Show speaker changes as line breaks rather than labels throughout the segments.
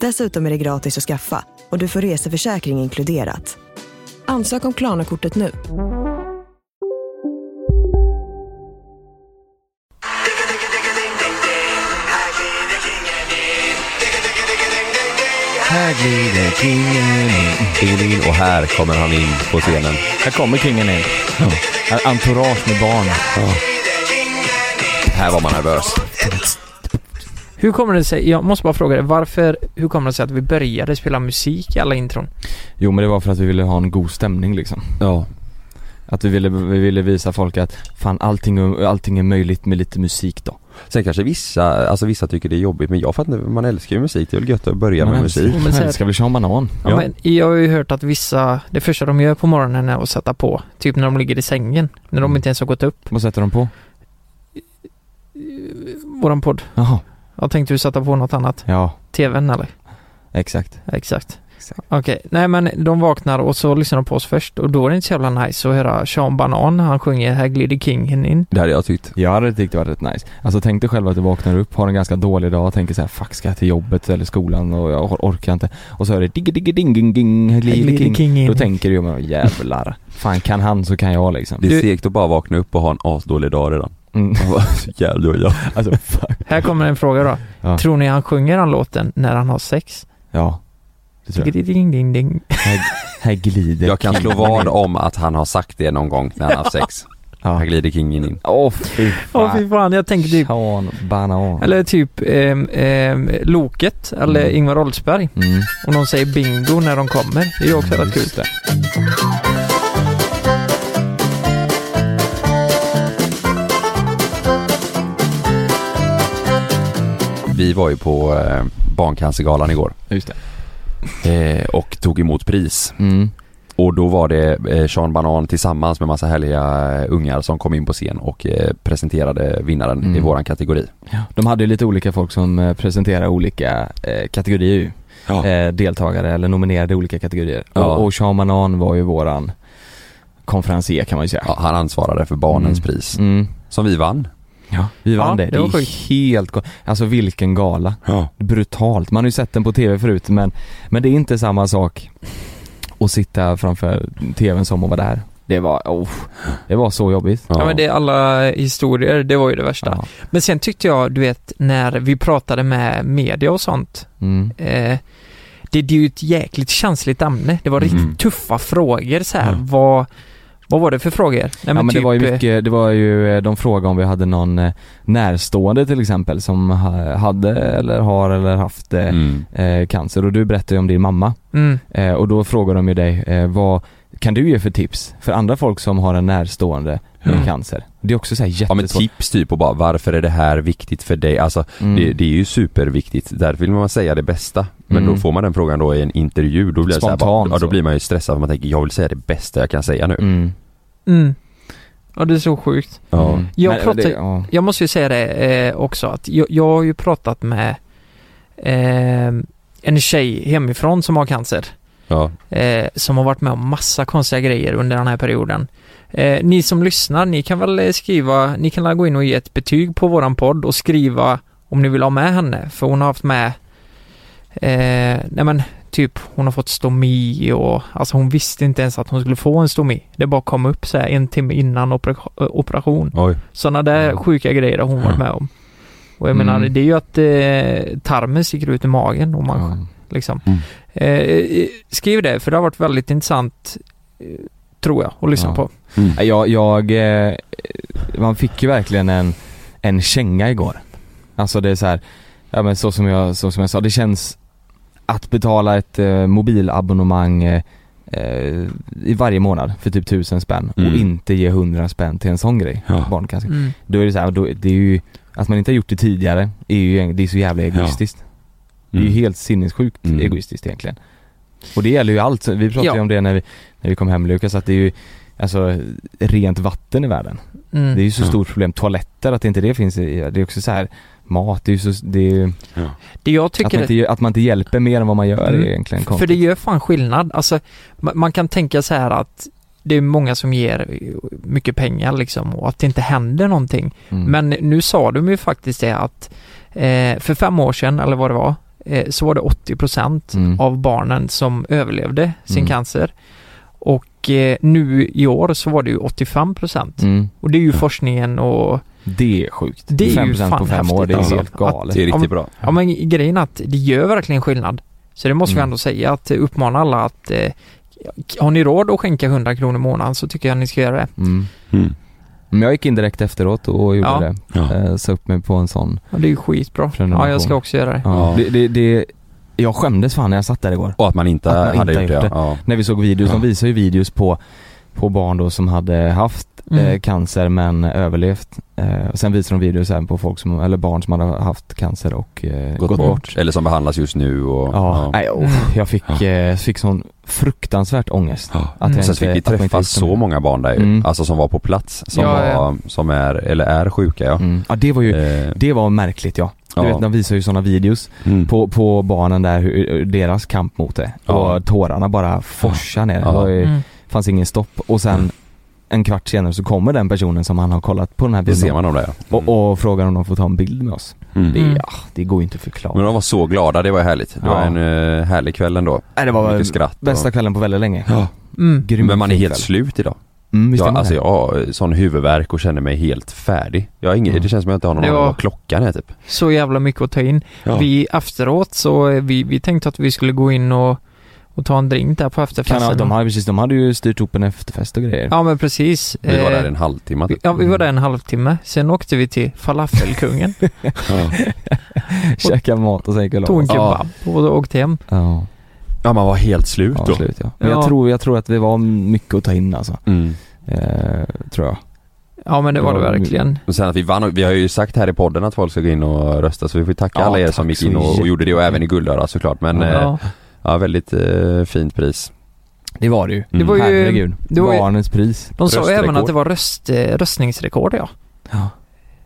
Dessutom är det gratis att skaffa och du får reseförsäkring inkluderat. Ansök om Klarna-kortet nu.
Här glider kingen in. Kingen in och här kommer han in på scenen.
Här kommer kingen in. Här Entourage med barn.
Här var man nervös.
Hur kommer det sig, jag måste bara fråga dig, varför, hur kommer det sig att vi började spela musik i alla intron?
Jo men det var för att vi ville ha en god stämning liksom.
Ja.
Att vi ville, vi ville visa folk att fan allting, allting är möjligt med lite musik då.
Sen kanske vissa, alltså vissa tycker det är jobbigt men jag fattar inte, man älskar ju musik. Det är väl gött att börja med musik.
men
Man
så här-
älskar väl Sean Banan?
Ja, Men jag har ju hört att vissa, det första de gör på morgonen är att sätta på, typ när de ligger i sängen, när de
Mm.
inte ens har gått upp,
Vad sätter de på?
våran podd.
Jaha.
Jag tänkte du sätta på något annat?
Ja,
TVn eller?
exakt.
Exakt. Okej, nej men de vaknar och så lyssnar de på oss först och då är det inte så jävla nice att höra Sean Banan, han sjunger Här glider kingen in.
Det hade jag tyckt.
Jag hade tyckt det var rätt nice. Alltså tänk dig själv att du vaknar upp, har en ganska dålig dag och tänker så här, fuck ska jag till jobbet eller skolan och jag or- orkar inte. Och så hör det digge digge ding ding ding, här
Här
glider
glider
king.
kingen
Då
in.
tänker du ju men jävlar. Fan kan han så kan jag liksom.
Det är
Du-
segt att bara vakna upp och ha en asdålig dag redan.
Mm.
Så jävla dålig dag.
Alltså fuck.
Här kommer en fråga då.
Ja.
Tror ni han sjunger den låten när han har sex?
Ja. Det tror jag.
Ding, ding, ding, ding.
Här, här glider
Jag kan
king.
slå vad om att han har sagt det någon gång när han har haft sex. Här
Ja.
glider kingen in.
Åh fy fan.
Åh fy fan, jag tänker typ
Sean Banan.
Eller typ ehm, ehm, Loket eller
Mm.
Ingvar Oldsberg.
Mm.
Om de säger bingo när de kommer. Det är ju också rätt kul.
Just det.
Vi var ju på eh, Barncancergalan igår
Just det.
eh, och tog emot pris.
Mm.
Och då var det eh, Sean Banan tillsammans med massa härliga eh, ungar som kom in på scen och eh, presenterade vinnaren
Mm.
i våran kategori.
De hade ju lite olika folk som eh, presenterade olika eh, kategorier ju.
Eh,
eh, deltagare eller nominerade i olika kategorier.
Ja.
Och, och Sean Banan var ju våran konferencier kan man ju säga.
Ja, han ansvarade för barnens
Mm.
pris
Mm.
som vi vann.
Ja, vi vann
Ja,
det.
det
Det
var
är
sjukt.
helt gal- Alltså vilken gala.
Ja.
Brutalt. Man har ju sett den på tv förut men, men det är inte samma sak att sitta framför tvn som att vara där. Det var, oh, det var så jobbigt.
Ja men det är alla historier, det var ju det värsta.
Ja.
Men sen tyckte jag, du vet, när vi pratade med media och sånt.
Mm.
Eh, det, det är ju ett jäkligt känsligt ämne. Det var
Mhm.
riktigt tuffa frågor så här.
Mm. Ja.
Vad, vad var det för frågor? Nej,
Ja men det var ju
eh,
mycket, det var ju, eh, de frågade om vi hade någon eh, närstående till exempel som ha- hade eller har eller haft eh,
Mm.
eh, cancer och du berättade ju om din mamma
Mm,
eh, och då frågar de ju dig eh, vad kan du ge för tips för andra folk som har en närstående med
Mm.
cancer? Det är också så här
Ja men
jättesvårt.
tips typ och bara varför är det här viktigt för dig? Alltså
Mm.
det, det är ju superviktigt. Därför vill man säga det bästa. Men
Mm.
då får man den frågan då i en intervju. Då blir, det så här, bara,
Spontant,
ja, då
så.
blir man ju stressad för man tänker jag vill säga det bästa jag kan säga nu.
Mm.
mm. Ja det är så sjukt.
Ja.
Mm.
Jag
Men
pratar-
det- ja.
Jag måste ju säga det eh, också att jag, jag har ju pratat med eh, en tjej hemifrån som har cancer.
Ja.
Eh, som har varit med om massa konstiga grejer under den här perioden. Eh, ni som lyssnar, ni kan väl eh, skriva, ni kan väl gå in och ge ett betyg på våran podd och skriva om ni vill ha med henne. För hon har haft med, eh, nej men typ hon har fått stomi och alltså hon visste inte ens att hon skulle få en stomi. Det bara kom upp så här en timme innan opera- operation.
Oj.
Sådana där sjuka grejer har hon varit med om. Och jag menar,
Mm.
det är ju att eh, tarmen sticker ut i magen och man
Ja.
liksom.
Mm.
Eh, Eh, skriv det, för det har varit väldigt intressant, eh, tror jag, att lyssna
Ja.
på.
Mm.
Jag, jag, eh, man fick ju verkligen en, en känga igår. Alltså det är så här, ja men så som jag, så som jag sa, det känns att betala ett eh, mobilabonnemang eh, eh, i varje månad för typ tusen spänn
Mm.
och inte ge hundra spänn till en sån grej,
Ja.
barn kanske.
Mm.
Då är det så här, då, det är ju, att man inte har gjort det tidigare är ju, egent- det är så jävla egoistiskt. Det är ju helt sinnessjukt
Mm.
egoistiskt egentligen. Och det gäller ju allt, vi pratade
Ja.
ju om det när vi, när vi kom hem Lukas, att det är ju Alltså rent vatten i världen.
Mm.
Det är ju så
Ja.
stort problem. Toaletter, att inte det finns i, det är också så här Mat, det är ju så, det är ju,
Det jag
att,
tycker...
man inte, att man inte hjälper mer än vad man gör
Mm.
är egentligen
För
konstigt.
det gör fan skillnad. Alltså, ma- man kan tänka så här att det är många som ger eh, mycket pengar liksom och att det inte händer någonting.
Mm.
Men nu sa de ju faktiskt det att eh, för fem år sedan, eller vad det var, eh, så var det 80 procent
Mm.
av barnen som överlevde sin
Mm.
cancer. Och eh, nu i år så var det ju 85 procent.
Mm.
Och det är ju forskningen och
Det är sjukt.
Det är ju
5% på
fan
fem år,
häftigt,
det är
alltså.
helt galet.
Det är
Om-
riktigt bra.
Ja men grejen är att det gör verkligen skillnad. Så det måste vi
Mm.
ändå säga att eh, uppmana alla att eh, har ni råd att skänka 100 kronor i månaden så tycker jag ni ska göra det.
Mm.
Mm.
Men jag gick in direkt efteråt och gjorde
Ja.
det.
Ja.
Eh, Sa upp mig på en sån.
Ja, det är ju skitbra.
Prenumeration.
Ja jag ska också göra det.
Ja.
Ja.
Det, det, det, jag skämdes fan när jag satt där igår.
Och att man inte
Att man
hade
inte
gjort
har
det.
gjort
Ja.
När vi såg videos,
Ja.
de visar ju videos på, på barn då som hade haft eh,
Mm.
cancer men överlevt. Eh, och sen visar de videos även på folk som, eller barn som hade haft cancer och eh,
Gått, bort. Eller som behandlas just nu och...
Ja, nej,
Mm.
oh, jag fick,
Ja.
eh, fick sån fruktansvärt ångest.
Ja.
Att
Och
jag
Mm. sen fick
inte-
vi
att man inte
träffa
gick
så
med.
många barn där ju,
Mm.
alltså som var på plats, som,
Ja, ja.
var, som är, eller är sjuka ja.
Mm. Ja, det var ju,
Eh,
det var märkligt ja. Du
ja.
vet, de visar ju såna videos
Mm.
på, på barnen där, hur, hur deras kamp mot det.
Ja.
Och tårarna bara forsar ner. Det
Ja.
var ju,
Mm.
fanns ingen stopp. Och sen
Mm.
en kvart senare så kommer den personen som han har kollat på den här
Det
bilden
ser man om det ja. Mm.
och, och frågar om de får ta en bild med oss.
Mm.
Det,
Mm.
ja, det går ju inte att förklara.
Men de var så glada, det var härligt. Det
Ja.
var en eh, härlig kväll ändå.
Nej, det var
Mycket skratt.
bästa
och...
kvällen på väldigt länge.
Ja.
Mm.
Grym
Men man är
fin
helt
kväll.
slut idag.
Mm, visst är
Jag,
man
alltså
det?
jag har sån huvudvärk och känner mig helt färdig. Jag har ingen,
Mm.
Det känns som att jag inte har någon
Ja.
aning om vad klockan är typ.
Så jävla mycket att ta in.
Ja.
Vi efteråt så eh, vi, vi tänkte att vi skulle gå in och, och ta en drink där på
kan, ha-
efterfesten.
alltså, de, hade, precis, de hade ju styrt upp en efterfest och grejer.
Ja men precis.
Vi var
Eh,
där en halvtimme typ.
Ja vi var där en halvtimme. Sen åkte vi till falafelkungen.
Ja.
Käka mat och sen gick vi och la
tog en
oss.
kebab och åkte hem.
Ja,
ja man var helt slut
ja
då.
slut ja. Men jag,
Ja.
tror, jag tror att det var mycket att ta in alltså.
Mm.
Eh, tror jag.
Ja men det var det
Ja,
verkligen.
Och sen att vi vann, och- vi har ju sagt här i podden att folk ska gå in och rösta så vi får tacka
Ja,
alla er
tack
som gick
så
in och, och gjorde det och även i Guldöra såklart men ja, eh,
Ja.
ja väldigt eh, fint pris.
Det var det ju.
Mm.
var ju-
Herregud.
det var ju-
Barnens pris.
De sa ju även att
Röstrekord.
det var röst, eh, röstningsrekord ja.
Ja.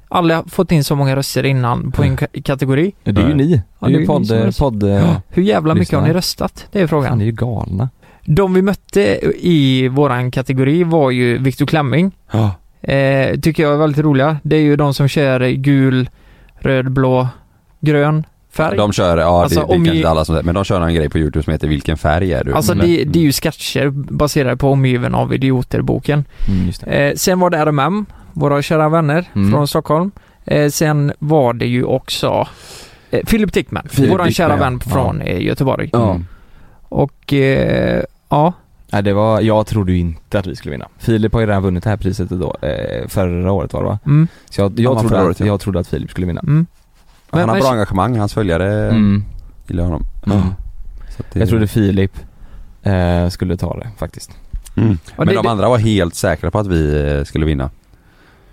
Aldrig fått in så många röster innan på en ka- kategori.
Det är ju
Nej.
ni. det är
Ja, det
ju
är ni som
podd...
röstar.
podd
Ja. Hur jävla mycket
lyssna. Mm.
har ni röstat? Det är
Fan,
frågan.
ni är ju galna.
De vi mötte i våran kategori var ju Viktor Klemming.
Ja.
Eh, tycker jag är väldigt roliga. Det är ju de som kör gul, röd, blå, grön färg.
De kör, ja
Alltså,
det,
om
det är kanske
vi-
inte alla som men de kör en grej på youtube som heter vilken färg är du? Mm.
Alltså
Men-
det, det är ju sketcher baserade på Omgiven av idioter-boken.
Mm, just det.
Eh, sen var det RMM, våra kära vänner
Mm.
från Stockholm. Eh, sen var det ju också eh, Philip Dickman,
Philip
våran
Dickman,
kära
ja.
vän från eh, Göteborg.
Ja.
Mm.
Och eh, ja,
Nej, det var, jag trodde ju inte att vi skulle vinna. Filip har ju redan vunnit det här priset då, eh, förra året var det va?
mm,
Så jag,
Ja,
jag,
men
trodde,
förra
att,
året, ja.
jag trodde att Filip skulle vinna.
mm.
han
Men-
har
men-
bra engagemang, hans följare
Mm.
gillar honom.
Mm.
Så att det-
Jag trodde Filip eh, skulle ta det faktiskt.
Mm.
Och
Men
det-
de andra var helt säkra på att vi eh, skulle vinna.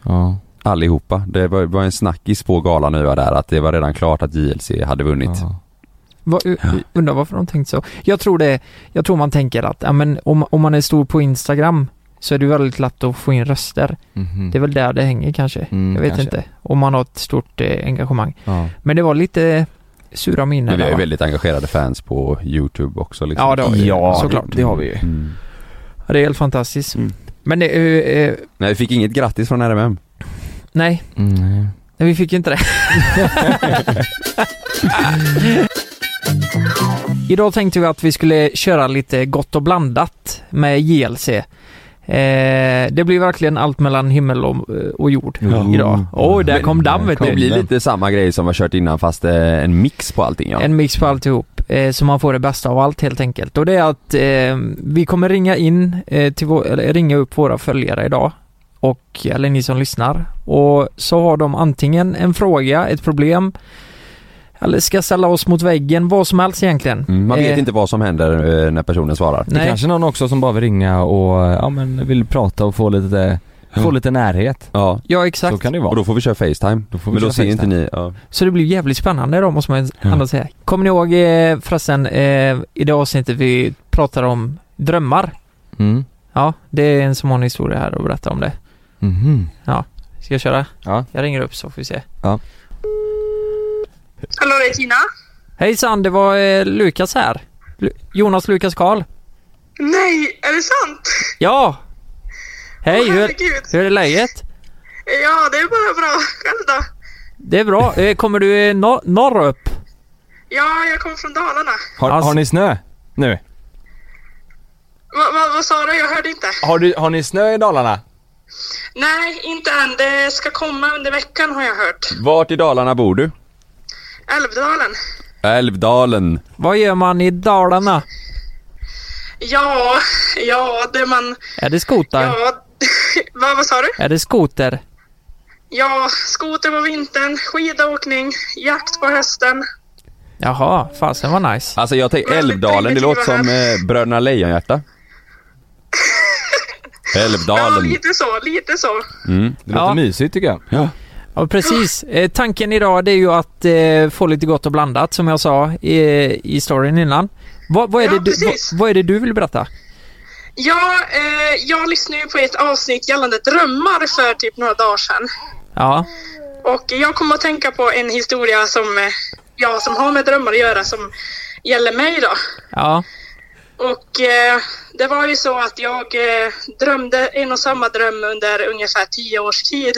Ja.
Allihopa. Det var, var en snackis på galan nu var där att det var redan klart att JLC hade vunnit.
Ja.
Vad- Undrar varför de tänkt så. Jag tror det, jag tror man tänker att ja, men om, om man är stor på Instagram så är det väldigt lätt att få in röster.
Mm.
Mhm.
Det är väl där det hänger kanske.
Mm,
jag vet
kanske.
inte. Om man har ett stort eh, engagemang.
Ja.
Men det var lite sura miner
Men vi har
där,
ju
va?
väldigt engagerade fans på YouTube också liksom.
Ja, det har vi.
Ja,
såklart.
det har vi ju.
Mm.
Ja, Det är helt fantastiskt.
Mm.
Men det, eh, eh,
Nej, vi fick inget grattis från RMM.
nej,
Mm.
Nej, vi fick inte det. Idag tänkte vi att vi skulle köra lite gott och blandat med JLC. Eh, det blir verkligen allt mellan himmel och, eh, och jord
Ja.
idag. Oj, där kom dammet.
Det
kom
blir
den.
lite samma grej som vi har kört innan fast eh, en mix på allting ja.
En mix på alltihop, eh, så man får det bästa av allt helt enkelt. Och det är att eh, vi kommer ringa in, eh, till vår, eller ringa upp våra följare idag och, eller ni som lyssnar. Och så har de antingen en fråga, ett problem, eller ska ställa oss mot väggen, vad som helst egentligen.
Mm, man vet
Eh,
inte vad som händer eh, när personen svarar.
Det
Nej.
kanske är någon också som bara vill ringa och eh, ja, men vill prata och få lite, få lite närhet.
Ja,
Ja
Så
exakt.
kan det
och
vara.
då får vi köra Facetime.
Då får vi
Men då
köra
ser inte
FaceTime.
ni. Ja.
Så det blir jävligt spännande då måste man
Ja.
ändå säga. Kommer ni ihåg eh, förresten eh, i det avsnittet vi pratade om drömmar?
Mm.
Ja, det är en som har en historia här att berätta om det.
Mhm.
Ska jag köra?
Ja.
Jag ringer upp så får vi se.
Ja.
Hallå, det är Tina.
Hejsan, det var eh, Lukas här. Lu- Jonas Lukas Karl.
Nej, är det sant?
Ja! Hej,
Åh,
hur,
herregud.
hur är läget?
Ja, det är bara bra. Själv då?
Det är bra. Eh, kommer du eh, nor- norr upp?
Ja, jag kommer från Dalarna.
Har,
Alltså-
har ni snö nu?
Va, va, vad sa du? Jag hörde inte.
Har, du, har ni snö i Dalarna?
Nej, inte än. Det ska komma under veckan har jag hört.
Vart i Dalarna bor du?
Älvdalen.
Älvdalen.
Vad gör man i Dalarna?
Ja, ja, det man...
Är det skotar?
Ja, va, vad sa du?
Är det skoter?
Ja, skoter på vintern, skidåkning, jakt på hösten.
Jaha, fasen var nice.
Alltså jag tänker
Väldigt
Älvdalen, det låter som
primitiva
eh, Bröderna Lejonhjärta.
Ja,
Älvdalen. Mm.
lite så, lite så.
Det låter
Ja.
mysigt tycker jag.
Ja, precis. Eh, tanken idag det är ju att eh, få lite gott och blandat som jag sa i, i storyn innan. Vad- vad är
Ja,
det du,
precis.
vad- vad är det du vill berätta?
Ja, eh, jag lyssnade ju på ett avsnitt gällande drömmar för typ några dagar sedan.
Ja,
Och jag kommer att tänka på en historia som, eh, ja, som har med drömmar att göra som gäller mig då.
ja,
Och eh, det var ju så att jag eh, drömde en och samma dröm under ungefär tio års tid.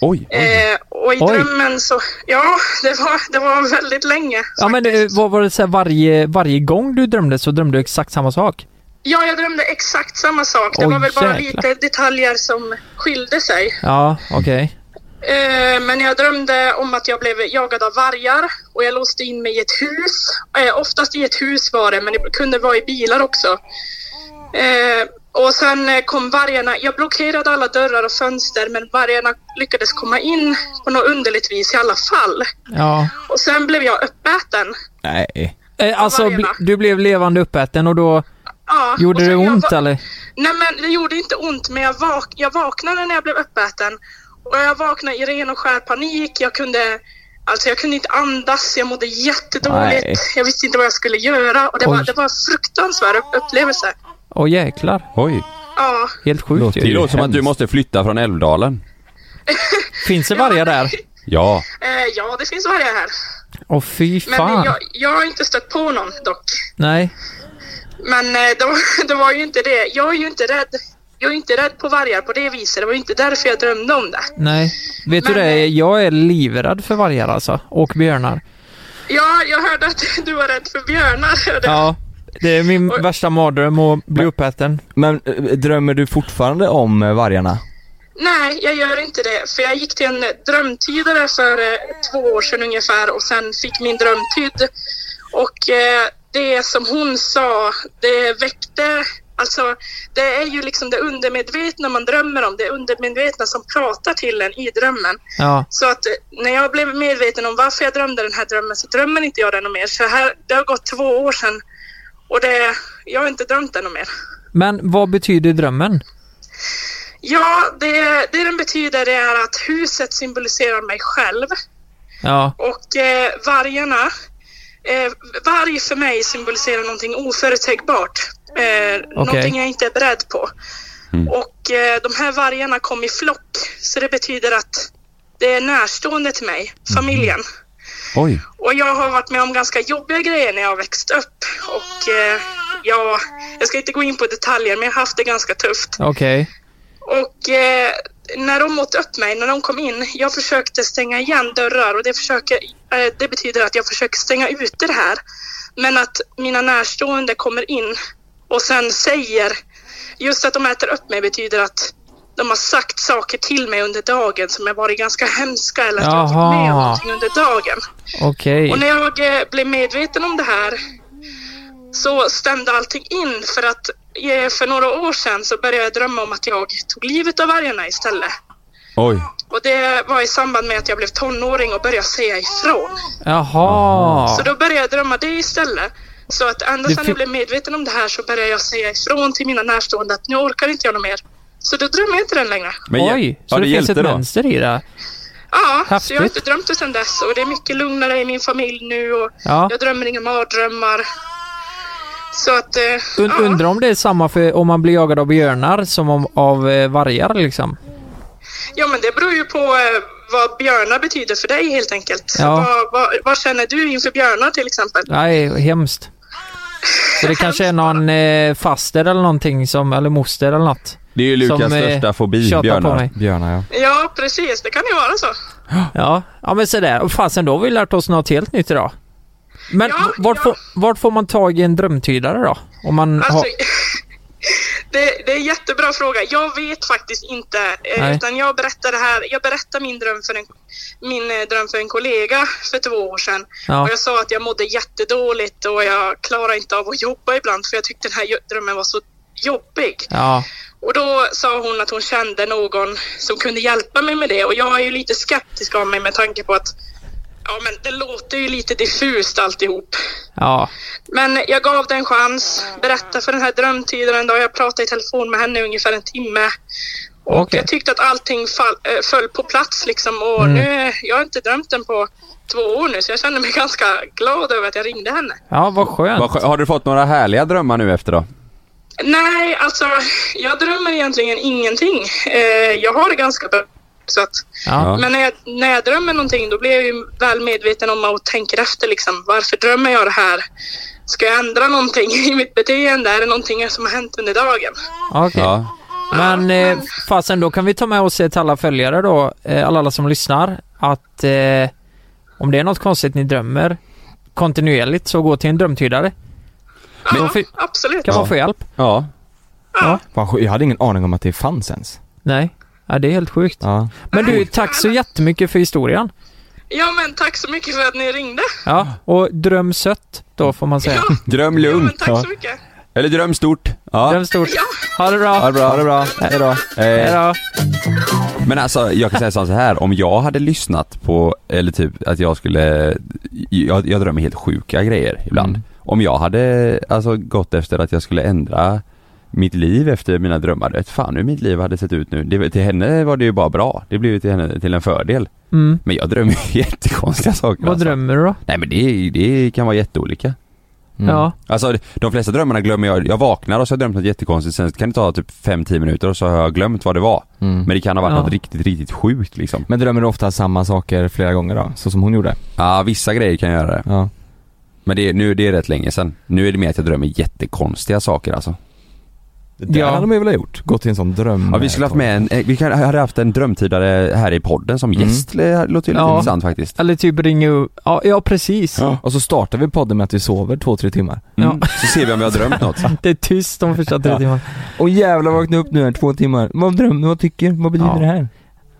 Oj.
Eh, och i
Oj.
drömmen så, ja, det var, det var väldigt länge.
ja men eh,
faktiskt.
vad var det så här, varje, varje gång du drömde så drömde du exakt samma sak?
Ja, jag drömde exakt samma sak. Det
Oj,
var väl bara
jäklar.
lite detaljer som skilde sig.
Ja, okej.
Eh, Men jag drömde om att jag blev jagad av vargar och jag låste in mig i ett hus. Eh, Oftast i ett hus var det, men det kunde vara i bilar också. Eh, Och sen eh, kom vargarna. Jag blockerade alla dörrar och fönster, men vargarna lyckades komma in på något underligt vis i alla fall.
Ja.
Och sen blev jag uppäten.
Nej.
Eh, alltså,
vargarna.
bl- du blev levande uppäten och då
Ja, och
gjorde
sen
det
jag
ont
va-
eller?
Nej, men det gjorde inte ont, men jag, vak- jag vaknade när jag blev uppäten. Och jag vaknade i ren och skär panik. Jag kunde, alltså jag kunde inte andas, jag mådde jättedåligt.
Nej.
Jag visste inte vad jag skulle göra. Och det,
Oj.
var, det var en fruktansvärd upp- upplevelse.
Åh jäklar,
Oj.
Ja.
helt sjukt
Låter
Det
ju.
ju-
låter som att du
hemskt.
måste flytta från Älvdalen.
Finns det vargar där?
Ja.
Eh, ja, det finns vargar här.
Åh fy
Men
fan.
jag, jag har inte stött på någon dock.
Nej.
Men eh, det, var, det var ju inte det. Jag är ju inte rädd. Jag är inte rädd på vargar på det viset. Det var ju inte därför jag drömde om det.
Nej. Vet du
Men-
det, jag är livrädd för vargar alltså. Och björnar.
Ja, jag hörde att du var rädd för björnar. hörde jag.
Ja. Det är min
Oj.
värsta mardröm att bli uppäten.
Men eh, drömmer du fortfarande om eh, vargarna?
Nej, jag gör inte det. För jag gick till en drömtydare för eh, två år sedan ungefär och sen fick min dröm tydd. Och eh, det som hon sa, det väckte... Alltså, det är ju liksom det undermedvetna man drömmer om. Det undermedvetna som pratar till en i drömmen.
Ja.
Så att eh, när jag blev medveten om varför jag drömde den här drömmen så drömmer inte jag den något mer. Så här, det har gått två år sedan och det, jag har inte drömt den något mer.
Men vad betyder drömmen?
Ja, det, det den betyder det är att huset symboliserar mig själv
Ja.
och eh, vargarna, eh, varg för mig symboliserar någonting oförutsägbart. Eh, Någonting jag inte är beredd på. Och eh, de här vargarna kom i flock så det betyder att det är närstående till mig, familjen.
Oj.
Och jag har varit med om ganska jobbiga grejer när jag växt upp och eh, ja, jag ska inte gå in på detaljer men jag har haft det ganska tufft.
Okej.
Och eh, när de åt upp mig, när de kom in, jag försökte stänga igen dörrar och det, försöker, eh, det betyder att jag försöker stänga ute det här. Men att mina närstående kommer in och sen säger, just att de äter upp mig betyder att de har sagt saker till mig under dagen som har varit ganska hemska eller att jag har varit med om
Jaha.
någonting under dagen.
Okej.
Och när jag eh, blev medveten om det här så stämde allting in för att
eh, för några år sedan så började jag drömma om att jag tog livet av vargarna istället.
Oj.
Och det var i samband med att jag blev tonåring och började säga ifrån.
Jaha.
Så då började jag drömma det istället. Så att ända
Det
sedan
fi-
jag blev medveten om det här så började jag säga ifrån till mina närstående att nu orkar inte jag något mer. Så då drömmer jag inte den längre.
ja-
Oj, så
ja,
det, finns
hjälpte
ett mönster i det.
Ja, så jag har
Häftigt.
inte drömt det sedan dess och det är mycket lugnare i min familj nu och
Ja.
jag drömmer inga mardrömmar. Så att... eh,
Und,
ja.
Undrar om det är samma för om man blir jagad av björnar som om, av eh, vargar liksom.
Ja, men det beror ju på eh, vad björnar betyder för dig helt enkelt.
Ja.
Vad, vad, vad känner du inför björnar till exempel?
Nej, hemskt. Så det kanske är någon eh, faster eller någonting som, eller moster eller något.
Det är ju Lukas
Som, eh,
största fobi,
tjatar på
björnar.
mig.
Björnar ja.
Ja, precis. Det kan ju vara så.
Ja, ja men sådär. Och Fasen, då har vi lärt oss något helt nytt idag. Men
Ja,
v- vart,
ja.
Får, vart får man tag i en drömtydare då? Om man
Alltså,
har...
det, det är en jättebra fråga. Jag vet faktiskt inte. eh,
Nej.
Utan jag berättar det här. Jag berättar min dröm för en, min eh, dröm för en kollega för två år sedan.
Ja.
Och jag sa att jag mådde jättedåligt och jag klarar inte av att jobba ibland för jag tyckte den här jo- drömmen var så jobbig.
Ja,
Och då sa hon att hon kände någon som kunde hjälpa mig med det och jag är ju lite skeptisk av mig med tanke på att ja, men det låter ju lite diffust alltihop.
ja,
Men jag gav det en chans, berättade för den här drömtydaren då. Jag pratade i telefon med henne i ungefär en timme. Och
Okej.
jag tyckte att allting fall, eh, föll på plats liksom. Och
Mm.
nu, jag har inte drömt den på två år nu så jag känner mig ganska glad över att jag ringde henne.
ja, vad skönt.
Vad skö- Har du fått några härliga drömmar nu efter då?
Nej, alltså jag drömmer egentligen ingenting. Eh, jag har det ganska bra. Så att,
Ja.
Men när jag, när jag drömmer någonting då blir jag ju väl medveten om och tänker efter liksom. Varför drömmer jag det här? Ska jag ändra någonting i mitt beteende? Är det någonting som har hänt under dagen?
Okej.
Ja.
Men eh, fasen, då kan vi ta med oss till alla följare då, eh, alla, alla som lyssnar, att eh, om det är något konstigt ni drömmer kontinuerligt så gå till en drömtydare.
ja,
Då fi-
absolut.
kan man få hjälp.
Ja.
Fan, sj- jag hade ingen aning om att det fanns ens.
Nej, ja, det är helt sjukt.
Ja.
Men du, tack så jättemycket för historien.
Ja, men tack så mycket för att ni ringde.
Ja, och dröm sött då får man säga.
Ja,
Dröm
ja men
lugnt.
tack så mycket.
Eller dröm stort. Ja.
Dröm stort. Ha det bra.
Ha det bra. Ha det bra. Hej då.
Hej
Eh,
då.
Men alltså, jag kan säga så här. Om jag hade lyssnat på, eller typ att jag skulle, jag, jag drömmer helt sjuka grejer ibland.
Mm.
Om jag hade alltså gått efter att jag skulle ändra mitt liv efter mina drömmar, vet fan hur mitt liv hade sett ut nu. Det, till henne var det ju bara bra. Det blev ju till henne till en fördel.
Mm.
Men jag drömmer ju jättekonstiga saker.
Vad
alltså.
drömmer du då?
Nej men det, det kan vara jätteolika.
Mm.
Ja.
Alltså de flesta drömmarna glömmer jag, jag vaknar och så har jag drömt något jättekonstigt sen kan det ta typ 5-10 minuter och så har jag glömt vad det var.
Mm.
Men det kan ha varit
Ja.
något riktigt, riktigt sjukt liksom.
Men drömmer du ofta samma saker flera gånger då? Så som hon gjorde?
Ja, vissa grejer kan jag göra det.
Ja.
Men det, är- nu det är rätt länge sen. Nu är det mer att jag drömmer jättekonstiga saker alltså.
Det där
Ja.
hade man ju velat gjort. Gått till en sån dröm.
Ja, vi skulle haft med en, eh, vi kan, hade haft en drömtidare här i podden som
Mm.
gäst. Det låter ju lite
Ja.
intressant faktiskt.
Eller typ ringa upp. Ja, ja precis.
Och så startar vi podden med att vi sover två, tre timmar.
Mm. Så ser vi om vi har drömt något.
Det är tyst de första tre
Ja.
timmarna.
Och oh, jävlar vakna upp nu här två timmar. Vad drömde Vad tycker Vad betyder
Ja.
det här?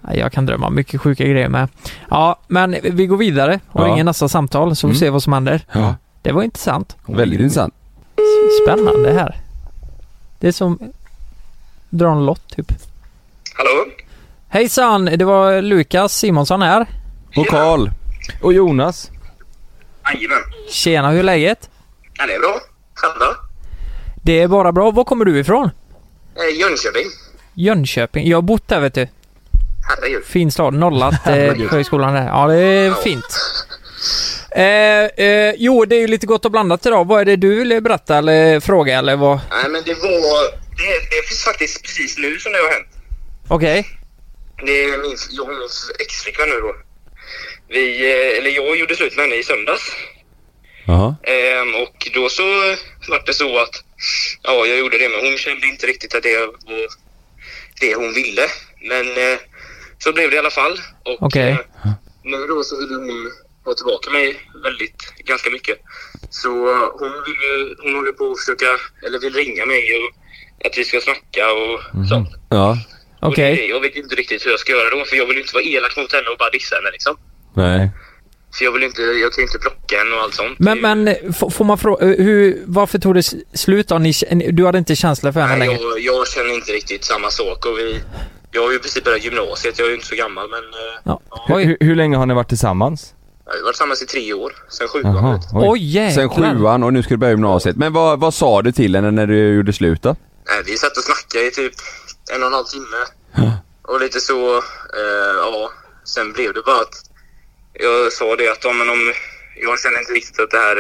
Nej, Jag kan drömma mycket sjuka grejer med. Ja, men vi går vidare och
Ja.
ringer nästa samtal så vi
Mm.
ser vad som händer.
Ja.
Det var intressant.
Väldigt intressant.
Spännande här. Det är som dra en lott typ.
Hallå?
Hejsan, det var Lukas Simonsson här.
Och Karl.
Och Jonas?
Jajamän.
Tjena, hur är läget?
Ja, det är bra. Själv då?
Det är bara bra. Var kommer du ifrån?
Eh, Jönköping.
Jönköping. Jag har bott där vet du.
Herregud.
Fin stad. Nollat eh, högskolan där. Ja, det är fint. Eh, eh, jo, det är ju lite gott och blandat idag. Vad är det du vill berätta eller fråga eller vad?
Nej, men det var... Det, det är faktiskt precis nu som det har hänt.
Okej.
Det är min, jag och min exflickvän nu då. Vi, eh, eller jag gjorde slut med henne i söndags.
Jaha.
Ehm, och då så var det så att... Ja, jag gjorde det, men hon kände inte riktigt att det var det hon ville. Men eh, så blev det i alla fall. Och,
Okej.
eh, Nu då så vill hon ha tillbaka mig väldigt, ganska mycket. Så eh, hon vill ju, hon håller på att försöka, eller vill ringa mig och att vi ska snacka och sånt.
Mhm. Ja.
Och det är
Okej.
det, Jag vet inte riktigt hur jag ska göra då, för jag vill ju inte vara elak mot henne och bara dissa henne liksom.
Nej. För jag vill inte, jag kan inte blocka henne och allt sånt.
Men, men eh, f- får man fråga, hur, varför tog det s- slut då? Ni, k- du hade inte känsla för henne
Nej,
längre?
jag, jag känner inte riktigt samma sak och vi... Jag har ju i princip börjat gymnasiet, jag är ju inte så gammal men... eh,
Hur, hur- hur länge har ni varit tillsammans?
Vi har varit tillsammans i tre år, sen sjuan.
Jaha,
Sen sjuan och nu ska du börja gymnasiet. Men vad, vad sa du till henne när du gjorde slut då?
Nej, vi satt och snackade i typ en och en halv timme. Och lite så, eh, ja. Sen blev det bara att jag sa det att ja, men om jag känner inte riktigt att det här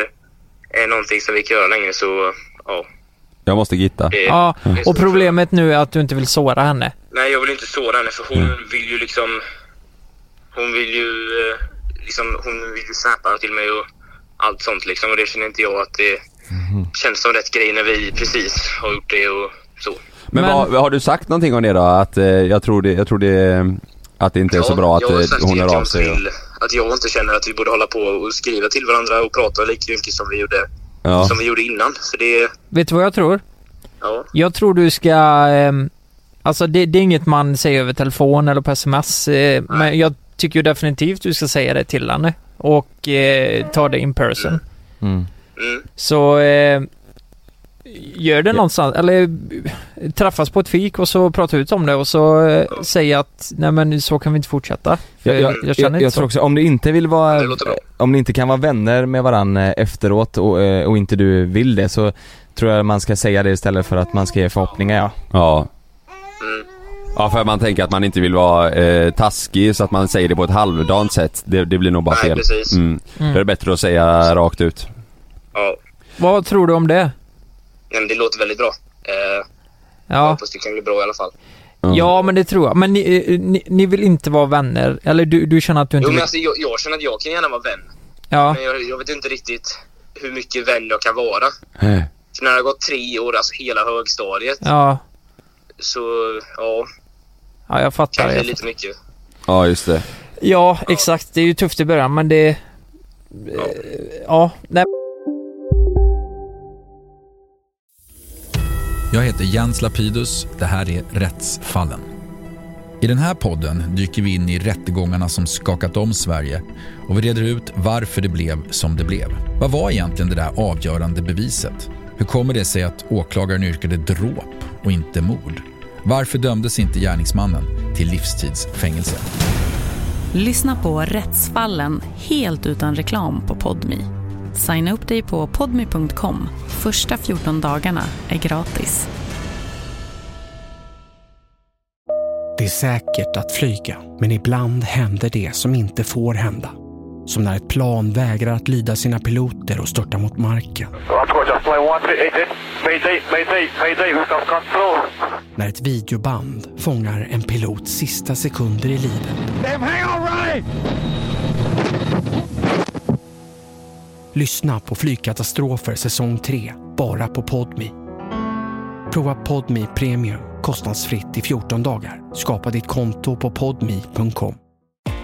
är någonting som vi kan göra längre så, ja.
Jag måste gitta.
Ja, och problemet nu är att du inte vill såra henne.
Nej, jag vill inte såra henne för
Mm.
hon vill ju liksom... Hon vill ju eh, liksom, hon vill ju snappa till mig och allt sånt liksom. Och det känner inte jag att det
Mhm.
känns som rätt grej när vi precis har gjort det och så.
Men, Vad, har du sagt någonting om det då? Att eh, jag tror det, jag tror det, att det inte är så bra att
jag har
eh,
sagt
hon
till
hör av
Jonas
sig? och-
Will Att jag inte känner att vi borde hålla på och skriva till varandra och prata lika mycket som vi gjorde,
Ja.
som vi gjorde innan. För det,
Vet du vad jag tror?
ja.
Jag tror du ska... ehm, alltså det, det är inget man säger över telefon eller på sms. Eh, men jag tycker ju definitivt du ska säga det till henne. Och eh, ta det in person.
Mm.
Så... Eh, gör det någonstans. Eller eh, träffas på ett fik och så prata ut om det och så eh, säga att nej men så kan vi inte fortsätta. För
Jag, jag, jag,
känner
jag,
inte
tror
så.
också, om du inte vill vara, om ni inte kan vara vänner med varandra efteråt och, eh, och inte du vill det så tror jag man ska säga det istället för att man ska ge förhoppningar ja.
Ja. Ja för man tänker att man inte vill vara eh, taskig så att man säger det på ett halvdant sätt. Det, det blir nog bara
Nej,
fel.
precis.
Mm.
Mm.
Då är det bättre att säga rakt ut.
ja.
Vad tror du om det?
Nej, men det låter väldigt bra. Eh, Jag
Ja.
hoppas det kan bli bra i alla fall.
Ja, men det tror jag. Men ni, eh, ni, ni vill inte vara vänner? Eller du, du känner att du inte
Jo, men
vill?
alltså, jag, jag känner att jag kan gärna vara vän.
Ja.
Men jag, jag vet inte riktigt hur mycket vän jag kan vara.
Eh.
För när det har gått tre år, alltså hela högstadiet,
Ja,
så ja,
ja jag fattar.
kanske
Jag
lite mycket.
Ja just det.
fattar. Ja, exakt. Det är ju tufft i början, men det... Ja. ja. Nej.
Jag heter Jens Lapidus. Det här är Rättsfallen. I den här podden dyker vi in i rättegångarna som skakat om Sverige och vi reder ut varför det blev som det blev. Vad var egentligen det där avgörande beviset? Hur kommer det sig att åklagaren yrkade dråp och inte mord? Varför dömdes inte gärningsmannen till livstidsfängelse?
Lyssna på Rättsfallen helt utan reklam på Podmi. Signa upp dig på podmi.com. Första 14 dagarna är gratis.
Det är säkert att flyga, men ibland händer det som inte får hända. Som när ett plan vägrar att lyda sina piloter och störtar mot marken. När ett videoband fångar en pilots sista sekunder i livet. Lyssna på Flygkatastrofer säsong 3, bara på Podmi. Prova Podmi Premium kostnadsfritt i 14 dagar. Skapa ditt konto på podmi.com.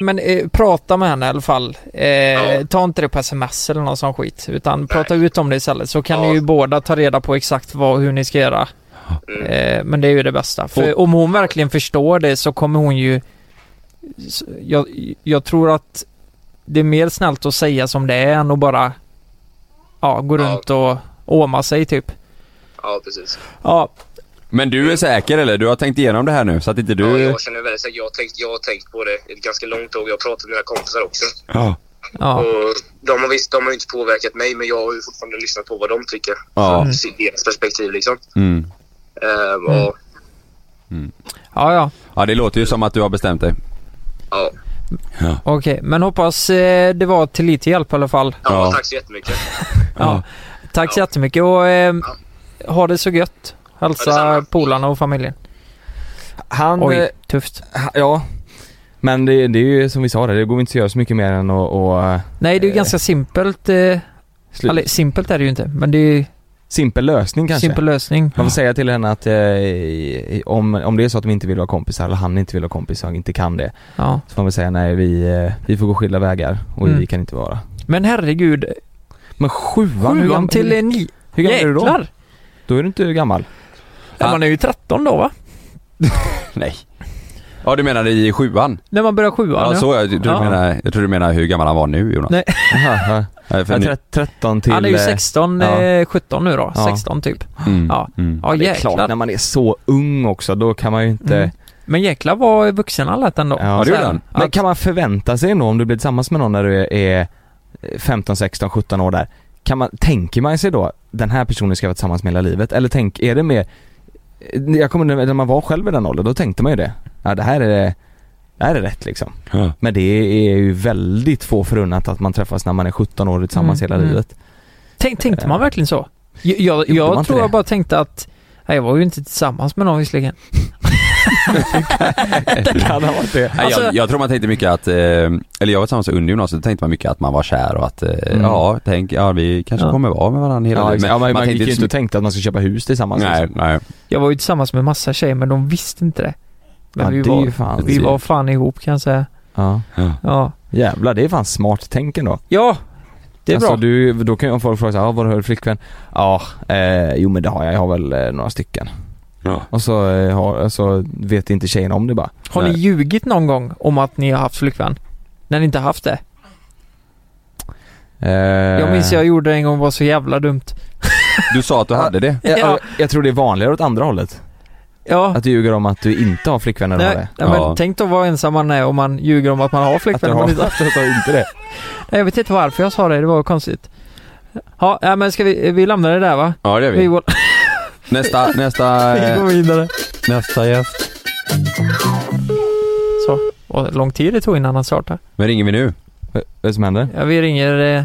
Men eh, prata med henne i alla fall. Eh, Ta inte det på sms eller någon sån skit. Utan prata ut om det istället. Så kan ni ju båda ta reda på exakt vad, hur ni ska göra. Eh, men det är ju det bästa. För om hon verkligen förstår det så kommer hon ju... s- Jag, jag tror att det är mer snällt att säga som det är än att bara ja, gå runt och åma sig typ.
Ja, precis.
Ja,
Men du är säker eller? Du har tänkt igenom det här nu så att inte
Ja,
du...
jag känner väldigt säkert. Jag har tänkt, jag har tänkt på det ett ganska långt tag. Jag har pratat med mina kompisar också.
Ja.
Ja.
Och de har visst, de har ju inte påverkat mig, men jag har ju fortfarande lyssnat på vad de tycker.
Ja.
Från sitt- deras perspektiv liksom.
Mm.
Ehm, och,
Ja, ja.
Ja det låter ju som att du har bestämt dig.
ja.
Okej, men hoppas eh, det var till lite hjälp i alla fall.
Ja, tack så jättemycket.
Ja. Tack så jättemycket och eh, ha det så gött. Hälsa polarna och familjen.
Han,
Oj,
eh,
tufft.
Ja. Men det, det är ju som vi sa där, det går inte att göra så mycket mer än att... eh, Och,
Nej, det är ju ganska simpelt. Eh,
slut.
eller, simpelt är det ju inte, men det är ju...
Simpel lösning kanske?
Simpel lösning.
Man får säga till henne att eh, om, om det är så att de inte vill vara kompisar eller han inte vill vara kompis och inte kan det.
Ja.
Så får man säga nej vi, eh, vi får gå skilda vägar och
Mm.
vi kan inte vara.
Men herregud.
Men sjuan, hur
Sjuan
gammal-
till eh, ni...
Hur gammal är du då?
Jäklar.
Då är du inte gammal.
Ja, man är ju 13 då va?
Nej. Ja du menar i sjuan?
När man börjar sjuan
Ja, så jag, tror du
Ja.
menar, jag tror du menar hur gammal han var nu Jonas.
Nej.
Aha,
Äh,
Nej, för
ja,
nu-
tre- 13 till...
Han är ju
eh,
16,
ja.
eh, 17 nu då.
Ja.
16 typ.
Mm.
Ja.
Mm.
Ja,
det är
jäklar.
klart, när man är så ung också då kan man ju inte...
Mm. Men jäklar vad vuxen han lät ändå.
Ja,
Så här,
Men kan man förvänta sig ändå om du blir tillsammans med någon när du är eh, 15, 16, 17 år där. Kan man, tänker man sig då den här personen ska jag vara tillsammans med hela livet? Eller tänk, är det mer, eh, jag kommer ihåg när man var själv i den åldern, då tänkte man ju det. Ja det här är, det här är rätt liksom.
Ja.
Men det är ju väldigt få förunnat att man träffas när man är 17 år och är tillsammans
Mm,
hela
mm.
livet.
Tänk, tänkte man verkligen så? Jag, jag,
Gjorde man
jag
inte
tror
det?
jag bara tänkte att Nej, jag var ju inte tillsammans med någon visserligen.
Det kan ha varit det.
Nej,
Alltså-
jag, jag tror man tänkte mycket att, eh, eller jag var tillsammans under gymnasiet, då tänkte man mycket att man var kär och att, eh, ja tänk, ja vi kanske
Ja.
kommer vara med varandra hela
Ja,
livet.
exakt. Ja, man, man gick ju inte och
så
tänkte att man skulle köpa hus tillsammans.
liksom mycket- Nej,
liksom.
nej.
Jag var ju tillsammans med massa tjejer men de visste inte det. Men
Ja,
vi,
det är
var,
ju fan-
vi var fan ihop kan jag säga.
Ja.
Ja,
Jävlar, det är fan smart tänk ändå.
ja det är
alltså,
bra.
Du, då kan ju folk fråga såhär, ah, var har du flickvän? Ja, eh, jo men det har jag, jag har väl eh, några stycken. Och så, eh, har, så vet inte tjejen om det bara.
Har ni ljugit någon gång om att ni har haft flickvän? När ni inte haft det?
Eh,
Jag minns jag gjorde det en gång, var så jävla dumt.
Du sa att du hade det?
Jag,
Ja.
jag tror det är vanligare åt andra hållet.
Ja,
Att du ljuger om att du inte har flickvän när du har
nej,
det.
nej, men tänk då vad ensam man är om man ljuger om att man har
Att du
flickvän. om
har,
man inte-
att du har inte det.
Nej, jag vet inte varför jag sa det, det var konstigt. Ja, nej, men ska vi, vi lämnar det där va?
Ja det gör
Vi
vi.
går,
Nästa, nästa,
vi går
eh,
vidare.
nästa gäst.
Så, och lång tid det tog innan han startade.
Men ringer vi nu?
Vad är det som händer?
Ja, vi ringer, eh,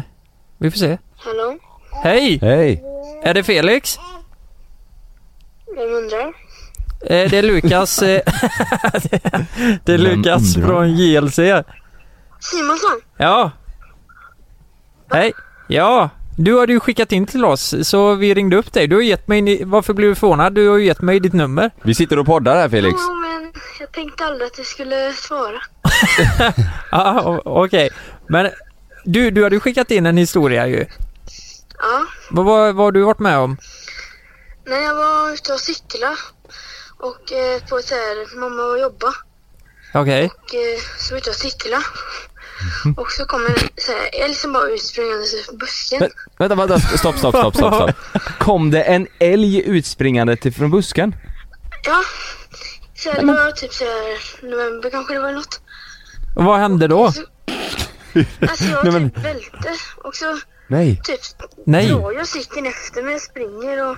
vi får se.
Hallå?
Hej!
Hej!
Är det Felix?
Vem undrar?
Eh, det är Lukas, eh, det är
Vem
Lukas
undrar?
från JLC.
Simonsson?
Ja. Hej. Ja, du hade ju skickat in till oss så vi ringde upp dig. Du har gett mig, ni- varför blev du förvånad? Du har ju gett mig ditt nummer.
Vi sitter och poddar här Felix.
Ja, men jag tänkte aldrig att du skulle svara.
Ah, o- Okej, men du, du hade ju skickat in en historia ju.
Ja,
Vad, vad, vad har du varit med om?
när jag var ute och cykla och eh, på så här, mamma och jobba
Okej.
och eh, så var jag ute och cykla. Och så kom en så här, älg som bara utspringandes ur busken.
Vä- Vänta, vänta, stopp, stopp, stopp, stopp, stopp. Kom det en älg utspringande till, från busken?
Ja, så här, det var typ så här, november kanske det var något.
Och Vad hände då?
Alltså jag
Nej, men-
typ välte och så
Nej.
typ
Nej.
drar jag cykeln efter mig, jag springer och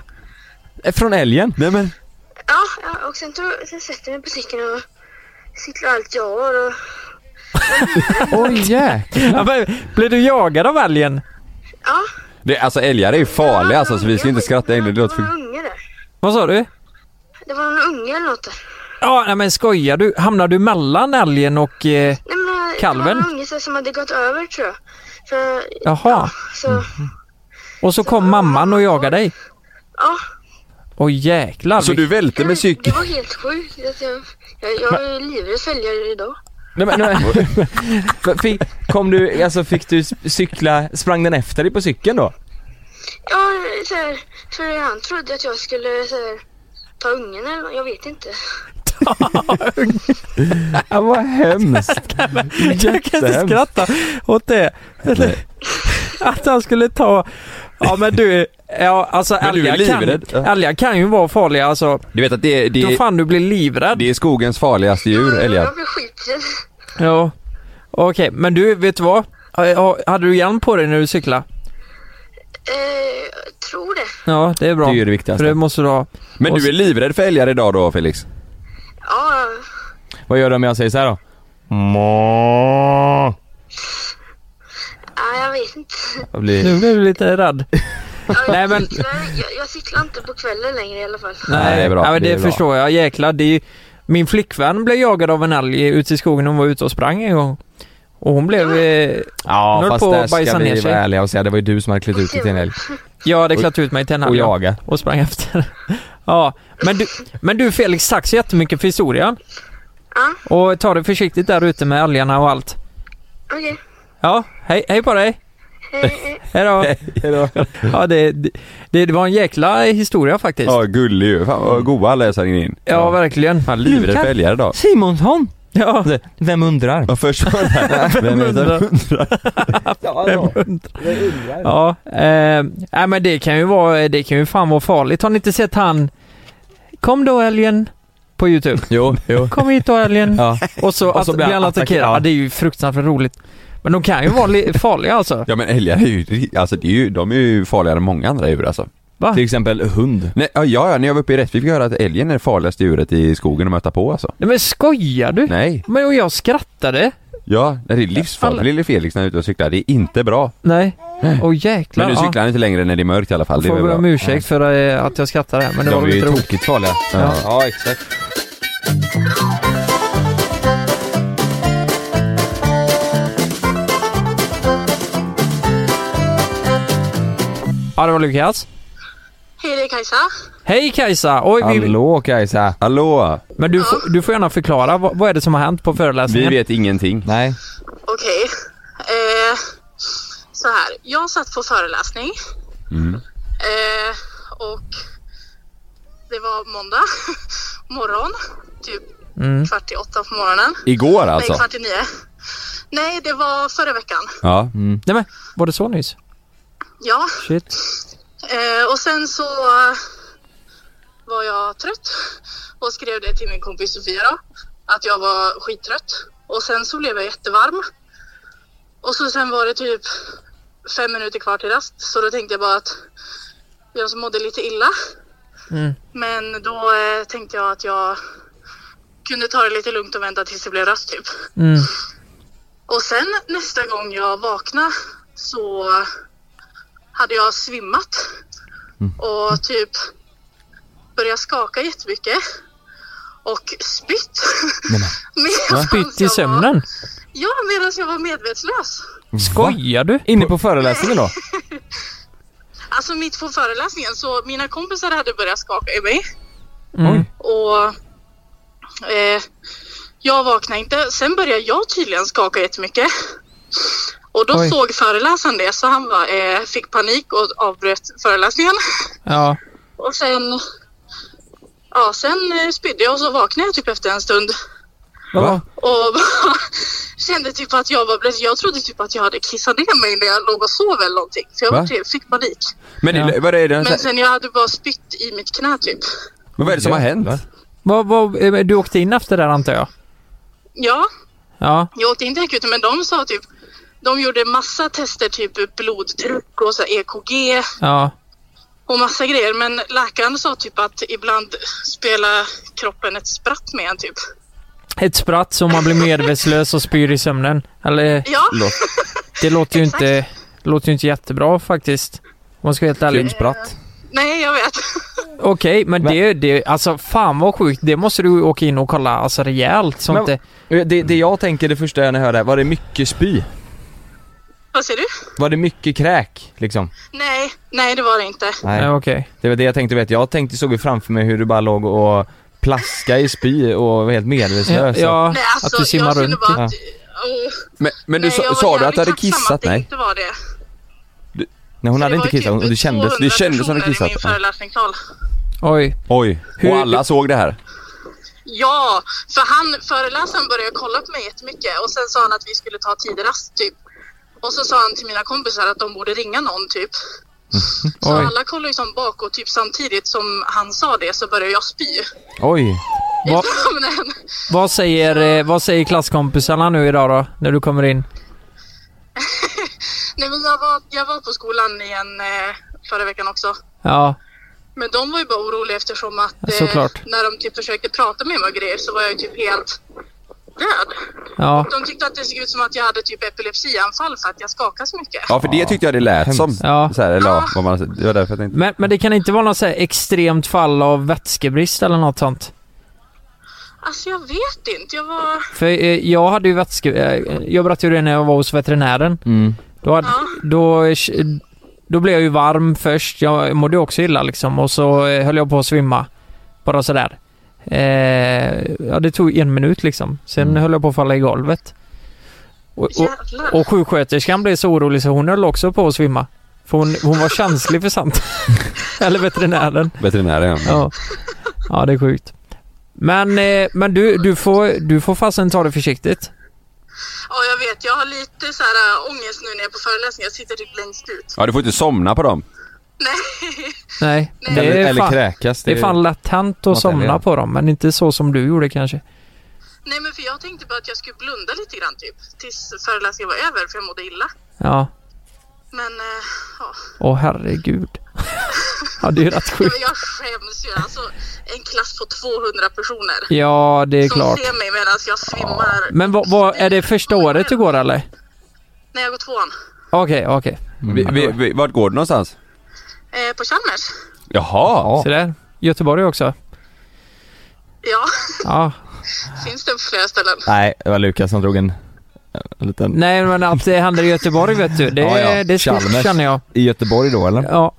Från älgen? Nej men.
Ja, ja och sen, tog, sen sätter jag mig på cykeln och cyklar allt jag har. Och,
Oj
ja, men, Blev du jagad av älgen?
Det, alltså älgar är ju farliga alltså, så vi ska inte skratta längre. Det låter
det var
för...
någon unge där.
Vad sa du?
Det var någon unge eller något där.
Ja, nej men skojar du? Hamnade du mellan älgen och... Eh,
Nej, men, eh, Det
Kalven?
var någon unge så- som hade gått över tror jag. För,
jaha. Mhm.
så,
Och så kom mamman och jagade dig?
ja,
Åh jäklar.
Så du välte med
det
cykeln?
var helt sjukt. Alltså, jag, jag, jag är livrädd följare idag.
Nej, men, nej, men. Men fick, kom du, alltså fick du s- cykla, sprang den efter dig på cykeln då?
Ja, så här, för han trodde att jag skulle så här, ta ungen eller jag vet inte.
Ja, vad hemskt.
Jag kan inte
Jättehemskt.
skratta åt det. Att han skulle ta... Ja men du, ja, alltså
Men du är
älgar kan,
livrädd, ja.
älgar kan ju vara farliga alltså.
Du vet att det,
Då
det,
fan du blir livrädd.
det är skogens farligaste djur, älgar.
Jag blev skiträdd.
Ja. Okej, men du, vet du vad? Ha- ha- Hade du hjälm på dig när du cyklade?
Eh, jag tror det.
Ja, det är bra.
Det är ju det viktigaste.
För det måste du ha.
Men
Och
du är livrädd för älgar idag då Felix?
Ja,
Vad gör du om jag säger så här då? Må.
ja jag vet inte.
Jag blir...
Nu blev du lite rädd. Nej men,
Jag, jag, jag cyklar inte på kvällen längre i alla fall.
nej,
det är bra,
Ja, men
det
det,
är bra.
förstår jag. Jäklar, det är ju, Min flickvän blev jagad av en älg ute i skogen. Hon var ute och sprang en gång. Och hon blev... eh,
Ja
hon höll
fast
på
där
att
ska
bajsa ner
vi
sig.
vara ärliga och säga det var ju du som hade klätt ut dig till en älg.
Jag hade klätt ut mig till en
Och
älg. ja.
jaga.
Och sprang efter. ja. Men du, men du Felix, tack så jättemycket för historien. Ja. Och ta det försiktigt där ute med älgarna och allt.
Okej.
Ja, hej, hej på dig.
Hej.
Hej då. Ja, det, det, det var en jäkla historia faktiskt.
Ja, gullig ju. Fan vad goa alla är så här in.
Ja, verkligen.
Fan, livrädd för älgar idag.
Simonsson! Alltså,
Ja.
Vem undrar?
Ja, först var det här. Vem är det som undrar?
Ja, eh, nej, men det kan ju vara, det kan ju fan vara farligt. Har ni inte sett han Kom då älgen på Youtube?
Jo, jo.
Kom hit då älgen. Och så, att, blir han attackerad. Ja, det är ju fruktansvärt roligt. Men de kan ju vara li- farliga alltså.
Ja men älgar är ju, alltså det är ju, de är ju farligare än många andra djur alltså.
Va?
Till exempel hund.
Nej, ja, ja, när jag var uppe i Rättvik fick jag höra att älgen är det farligaste djuret i skogen att möta på alltså.
Nej men skojar du?
Nej.
Men och jag skrattade.
Ja, det är livsfarligt
Alla-
för lille Felix när han är ute och cyklar. Det är inte bra.
Nej. Åh jäklar.
Men nu
ja.
cyklar han inte längre när det är mörkt i alla fall. Det är
Får
väl
be
bra.
om ursäkt för eh, att jag skrattar här, men det
De
var
är
väl
ju
inte roligt.
tokigt farliga.
Ja.
Ja, exakt.
Ja, det var Lukas.
Hej, det är Kajsa.
Hej Kajsa! Oj, vi...
Hallå Kajsa!
Hallå!
Men du, får- du får gärna förklara, vad, vad är det som har hänt på
Vi
föreläsningen?
vet ingenting.
Nej.
Okej. Eh, så här, jag satt på föreläsning
Mm.
eh, och det var måndag morgon, typ
Mm.
kvart i åtta på morgonen.
Igår alltså?
Nej, kvart i nio. Nej, det var förra veckan.
Ja.
Nej men, var det så nyss?
Ja,
Shit.
eh, och sen så var jag trött och skrev det till min kompis Sofia då, att jag var skittrött. Och sen så blev jag jättevarm. Och så sen var det typ fem minuter kvar till rast, så då tänkte jag bara att jag som mådde lite illa.
Mm.
Men då eh, tänkte jag att jag kunde ta det lite lugnt och vänta tills det blev rast typ.
Mm.
Och sen nästa gång jag vaknade så hade jag svimmat och typ börjat skaka jättemycket och spytt. Medan
Spytt i
jag Var,
sömnen?
ja, medan jag var medvetslös.
Skojar du?
Inne på föreläsningen då?
Alltså mitt på föreläsningen så mina kompisar hade börjat skaka i mig
Mm.
och eh, jag vaknade inte. Sen började jag tydligen skaka jättemycket. Och då
Oj.
såg föreläsaren det så han bara, eh, fick panik och avbröt föreläsningen.
Ja.
Och sen, ja, sen eh, spydde jag och så vaknade jag typ efter en stund.
Va?
Och bara kände typ att jag var blöt. Jag trodde typ att jag hade kissat ner mig när jag låg och sov eller någonting. För jag
Va?
var typ, fick panik.
Men det- vad är det?
Men sen jag hade bara spytt i mitt knä typ.
Men vad är det som har hänt?
Vad, vad, eh, du åkte in efter det här antar jag?
Ja,
Ja.
jag åkte inte till akuten men de sa typ, de gjorde massa tester typ blodtryck och så här E EKG
Ja.
och massa grejer. Men läkaren sa typ att ibland spelar kroppen ett spratt med en typ.
Ett spratt som man blir medvetslös och spyr i sömnen. Eller?
Ja.
Det låter ju inte, det låter ju inte jättebra faktiskt. Om man ska vara helt ärlig.
Spratt.
Nej, jag vet.
Okej, men det, det, alltså fan vad sjukt. Det måste du åka in och kolla alltså rejält. Så
Men-
inte,
Det, det jag tänker det första när jag hör det här, var det mycket spy?
Vad säger du?
Var det mycket kräk liksom?
Nej, nej det var det inte.
nej okej.
Det var det jag tänkte, vet jag tänkte, såg ju framför mig hur du bara låg och plaska i spy och var helt medvetslös
Ja,
Nej, alltså, jag kände bara att- Åh,
Men, men du
nej, jag
sa,
var
sa du att du hade
jävligt tacksam
kissat?
att det
Nej.
inte var det.
Nej hon hade
Det var
inte
ju
kissat, hon,
typ
det kändes,
200
det kändes som
personer
du kissat.
i min föreläsningssal.
Oj.
Oj, och alla såg det här?
Ja, för han, föreläsaren började kolla på mig jättemycket och sen sa han att vi skulle ta tidrast typ. Och så sa han till mina kompisar att de borde ringa någon typ. Så
Oj.
alla kollade liksom bak och typ samtidigt som han sa det så började jag spy.
Oj.
Vad,
Men,
vad, säger, eh, vad säger klasskompisarna nu idag då? När du kommer in?
nej, men jag, var, jag var på skolan igen eh, förra veckan också.
Ja.
Men de var ju bara oroliga eftersom att eh,
Ja, såklart.
när de typ försökte prata med mig och grejer så var jag ju typ helt död.
Ja.
De tyckte att det såg ut som att jag hade typ epilepsianfall för att jag skakade så mycket.
Ja för det tyckte jag det lät som.
Ja.
Så här, eller ja, vad man, det var därför jag tänkte.
Men, men det kan inte vara något så här extremt fall av vätskebrist eller något sånt?
Alltså jag vet inte. Jag var...
För eh, jag hade ju vätske... eh, Jag berättade ju det när jag var hos veterinären. Då, hade, då, eh, då blev jag ju varm först. Jag mådde ju också illa liksom och så eh, höll jag på att svimma. Bara sådär. Eh, ja, det tog en minut liksom. Sen höll jag på att falla i golvet. Och, och, och sjuksköterskan blev så orolig så hon höll också på att svimma. För hon, hon var känslig för sånt. Eller veterinären.
Veterinären
Ja. ja, det är sjukt. Men, eh, men du, du får, du får fasen ta det försiktigt.
Ja, jag vet. Jag har lite så här äh, ångest nu när jag är på föreläsningar. Jag sitter typ längst ut.
Ja, du får inte somna på dem.
Nej.
Nej,
Nej. Eller- eller
kräkas,
Det
det
är
är
fan latent att
något
somna
helgen.
på dem, men inte så som du gjorde kanske.
Nej, men för jag tänkte bara att jag skulle blunda lite grann typ. Tills föreläsningen var över för jag mådde illa.
Ja.
Men eh, ja.
Åh herregud. ja, det är ju rätt
Men
sjukt.
Jag skäms ju. Alltså en klass på 200 personer.
Ja, det är
som
klart.
ser mig medan jag svimmar.
Men vad, vad är det första året du går eller?
När jag går tvåan.
Okej, okej.
Vi, vi, vi, vart går du någonstans?
Eh, på Chalmers.
Jaha!
Se där. Göteborg också.
Ja.
Ja.
Finns det på flera ställen?
Nej, det var Lukas som drog en, en liten...
Nej, men att det händer i Göteborg vet du. Det,
Ja, ja.
det är stort
Chalmers.
känner jag.
I Göteborg då eller?
Ja.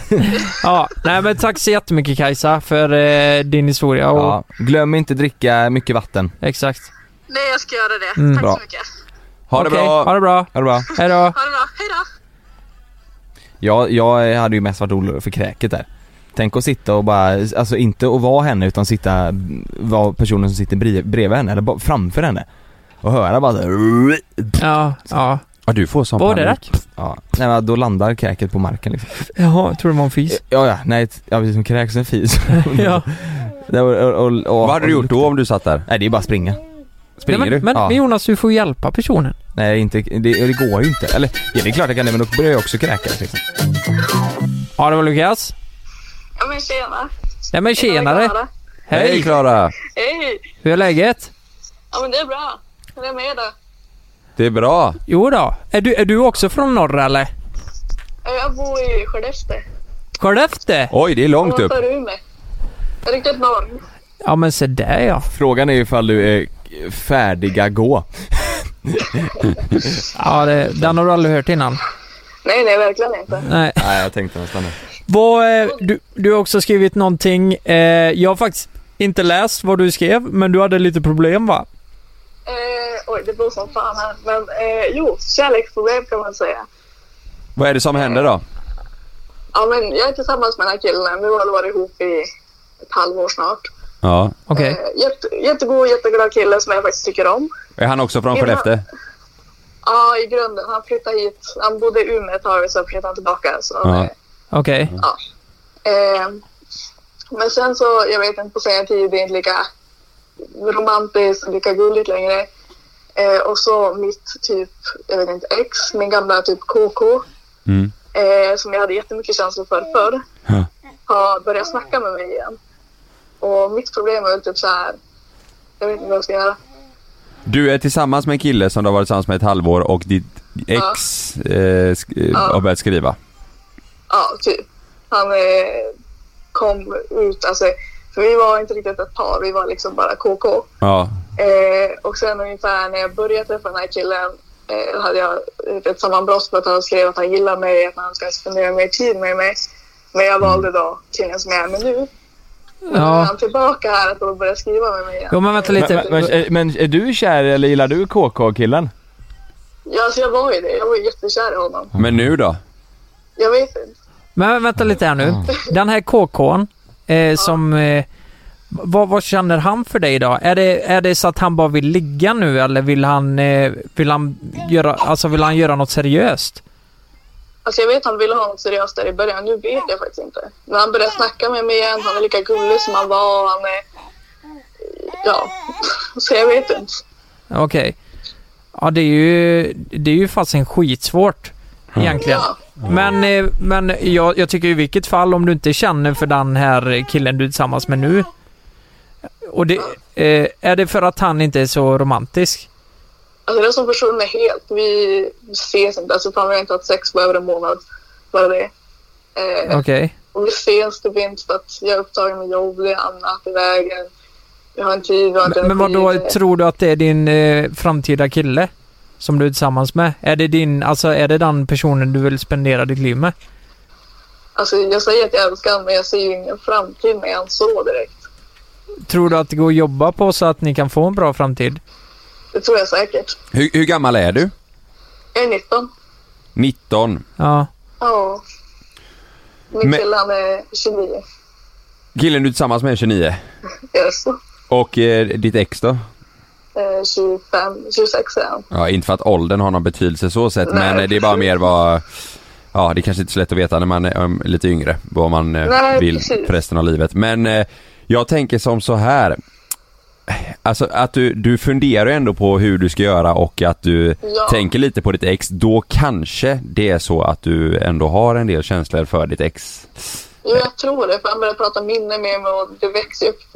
ja, nej men tack så jättemycket Kajsa för eh, din historia och
Ja, glöm inte dricka mycket vatten.
Exakt.
Nej, jag ska göra det.
Mm.
Tack
Bra.
så mycket.
Ha det
Okej,
bra!
ha det bra!
Ha det bra!
Hej då!
Ha det bra. Hej då.
Jag, jag hade ju mest varit orolig för kräket där. Tänk att sitta och bara, alltså inte att vara henne utan sitta, vara personen som sitter bre- bredvid henne eller bara framför henne. Och höra bara såhär,
Ja, ja.
Ja du får sån
Var det
panik. Ja, nej men då landar kräket på marken liksom.
Jaha, tror du det var en fis?
Ja ja, nej, t- ja precis som kräks en fis.
Ja.
Det var, och, och, och,
Vad hade du gjort
då om du satt där? Nej det är bara springa. Springer
nej, men,
du?
Men,
ja.
men Jonas, du får hjälpa personen.
Nej inte, det, det går ju inte. Eller, ja, det är klart jag kan det men då börjar jag också kräkas liksom.
Ja, det var Lukas.
Ja, men tjena.
Nej men tjenare!
Klara.
Hej!
Klara!
Hej.
Hur är läget?
Ja, men det är bra. Hur är det med er då?
Det är bra.
Jo då. Är du, är du också från norra eller?
Ja, Jag bor i Skellefteå.
Skellefteå?
Oj, det är
Ovanför Umeå. Riktigt norr.
Ja men se där ja.
Frågan är ju ifall du är färdiga gå.
Ja, det, den har du aldrig hört innan.
Nej, nej, verkligen inte.
Nej.
Nej jag tänkte nästan det.
Vad, eh, du, du har också skrivit någonting. Eh, jag har faktiskt inte läst vad du skrev, men du hade lite problem va?
Eh, oj, det bor som fan här. Men eh, jo, kärleksproblem kan man säga.
Vad är det som händer då?
Ja, men jag är tillsammans med den här killen. Vi har väl varit ihop i ett halvår snart.
Ja.
Okej.
Eh, jätte, jättegod, jätteglad kille som jag faktiskt tycker om.
Är han också från Skellefteå?
Ja, i grunden. Han flyttade hit. Han bodde i Umeå ett tag och så flyttade han tillbaka. Så,
Ja.
Okej.
eh, men sen så, jag vet inte, på senare tid det är inte lika romantiskt och lika gulligt längre. Eh, och så mitt typ, jag vet inte, ex, min gamla typ KK,
Mm.
eh, som jag hade jättemycket känslor för förr,
Ja.
har börjat snacka med mig igen. Och mitt problem är väl typ så här, jag vet inte vad jag ska göra.
Du är tillsammans med en kille som du har varit tillsammans med ett halvår och ditt ex eh, sk-
Ja.
har börjat skriva.
Ja, typ. Han eh, kom ut, alltså, för vi var inte riktigt ett par, vi var liksom bara KK.
Ja.
Eh, och sen ungefär när jag började träffa den här killen eh, hade jag ett sammanbrott för att han skrev att han gillar mig, att han ska spendera mer tid med mig. Men jag valde då killen som jag är med nu. Men
Ja.
nu är han tillbaka här att då börja skriva med mig igen.
Men, men, är- men är du kär eller gillar du KK-killen?
Ja, alltså jag var ju det. Jag var ju jättekär i honom.
Men nu då?
Jag vet inte.
Men vänta lite här nu. Den här KK'n eh, som... Eh, vad, vad känner han för dig idag? Är det, är det så att han bara vill ligga nu eller vill han, eh, vill han, göra, alltså vill han göra något seriöst?
Alltså jag vet att han ville ha något seriöst där i början. Nu vet jag faktiskt inte. Men han började snacka med mig igen. Han är lika gullig som han var. och Han är... Ja, så jag vet inte.
Okej. Ja, det är ju, det är ju fasen skitsvårt egentligen. Men, eh, men jag, jag tycker i vilket fall om du inte känner för den här killen du är tillsammans med nu. Och det, eh, är det för att han inte är så romantisk?
Alltså den som försvunnit helt. Vi ses inte. Alltså fan, vi har inte haft sex på över en månad. Bara det. Eh,
Okej.
Och vi ses typ inte för att jag är upptagen med jobb, det är annat i vägen.
Vi har en tid, vi har inte
Men, men
energi.
vadå, tror du att det är din eh, framtida kille? Som du är tillsammans med? Är det din, alltså är det den personen du vill spendera ditt liv med?
Alltså, jag säger att jag älskar honom, men jag ser ju ingen framtid med honom så direkt.
Tror du att det går att jobba på så att ni kan få en bra framtid?
Det tror jag säkert.
Hur, hur gammal är du?
Jag är 19.
19.
Ja.
Ja. Min
Men-
kille han är 29.
Killen du är tillsammans med är 29.
Yes.
Och eh, ditt ex då?
Eh, 25, 26 är han.
Ja, inte för att åldern har någon betydelse så sett,
Nej,
men eh, det är bara mer vad... Ja, det kanske inte är så lätt att veta när man är um, lite yngre, vad man eh,
Nej,
vill
precis.
för resten av livet. Men eh, jag tänker som så här. Alltså att du, du funderar ju ändå på hur du ska göra och att du
Ja.
tänker lite på ditt ex. Då kanske det är så att du ändå har en del känslor för ditt ex.
Jo, jag tror det, för han började prata minne med mig och det växer ju upp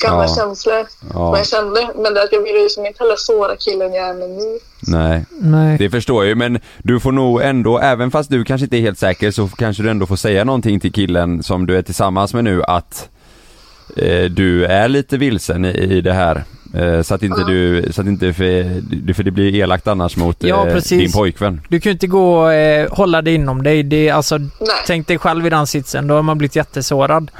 gamla
Ja.
känslor.
Ja.
Som jag kände. Men det är att jag vill ju som inte heller såra killen jag är med nu.
Nej.
Nej.
Det förstår jag ju men du får nog ändå, även fast du kanske inte är helt säker så kanske du ändå får säga någonting till killen som du är tillsammans med nu att eh, du är lite vilsen i, i det här. Eh, så att inte du, så att inte, för, du- för det blir elakt annars mot
Ja,
eh,
precis.
din pojkvän.
Du kan ju inte gå och eh, hålla det inom dig. Det, är alltså, tänk dig själv i den sitsen. Då har man blivit jättesårad.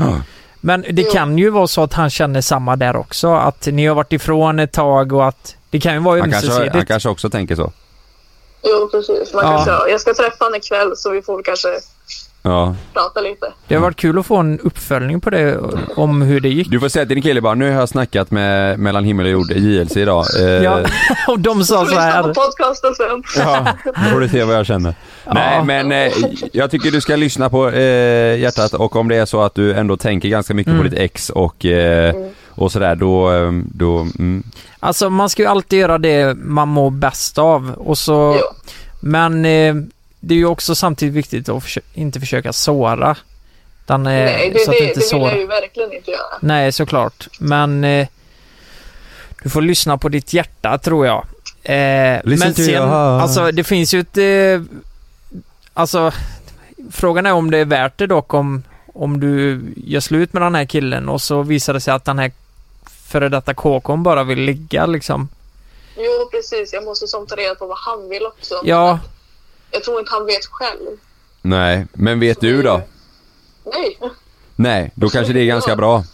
Men det kan ju vara så att han känner samma där också. Att ni har varit ifrån ett tag och att det kan ju vara
Han kanske, han
ömsesidigt.
kanske också tänker så.
Jo, precis. Man
Ja.
kanske, jag ska träffa honom ikväll så vi får kanske
Ja.
prata lite.
Det har varit kul att få en uppföljning på det om hur det gick.
Du får säga till din kille bara, nu har jag snackat med mellan himmel och jord, JLC idag. Eh,
Ja, och de sa så
Lyssna
här.
på podcasten sen.
Ja, då får du se vad jag känner. Nej, men eh, jag tycker du ska lyssna på eh, hjärtat och om det är så att du ändå tänker ganska mycket på
Mm.
ditt ex och, eh, och sådär, då... eh, då mm.
Alltså man ska ju alltid göra det man mår bäst av och så Men eh, det är ju också samtidigt viktigt att försö- inte försöka såra den, eh,
Nej, det,
så att
det,
du
det
inte
vill
sårar.
jag ju verkligen inte göra.
Nej, såklart. Men eh, du får lyssna på ditt hjärta tror jag. Eh,
Listen
men
to
sen,
your heart.
alltså det finns ju ett... Eh, alltså, frågan är om det är värt det dock om, om du gör slut med den här killen och så visar det sig att den här före detta kåkon bara vill ligga liksom.
Jo, precis. Jag måste som ta reda på vad han vill också.
Ja,
Jag tror inte han vet själv.
Nej, men vet du då?
Nej.
Nej, då kanske det är ganska bra.